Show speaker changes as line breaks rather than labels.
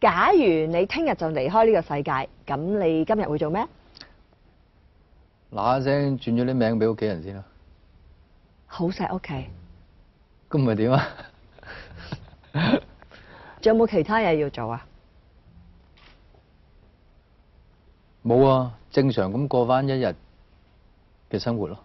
假如你聽日就離開呢個世界，咁你今日會做咩？
嗱一聲轉咗啲名俾屋企人先啦，
好錫屋企，
咁咪點啊？
仲有冇其他嘢要做啊？
冇啊，正常咁過翻一日嘅生活咯。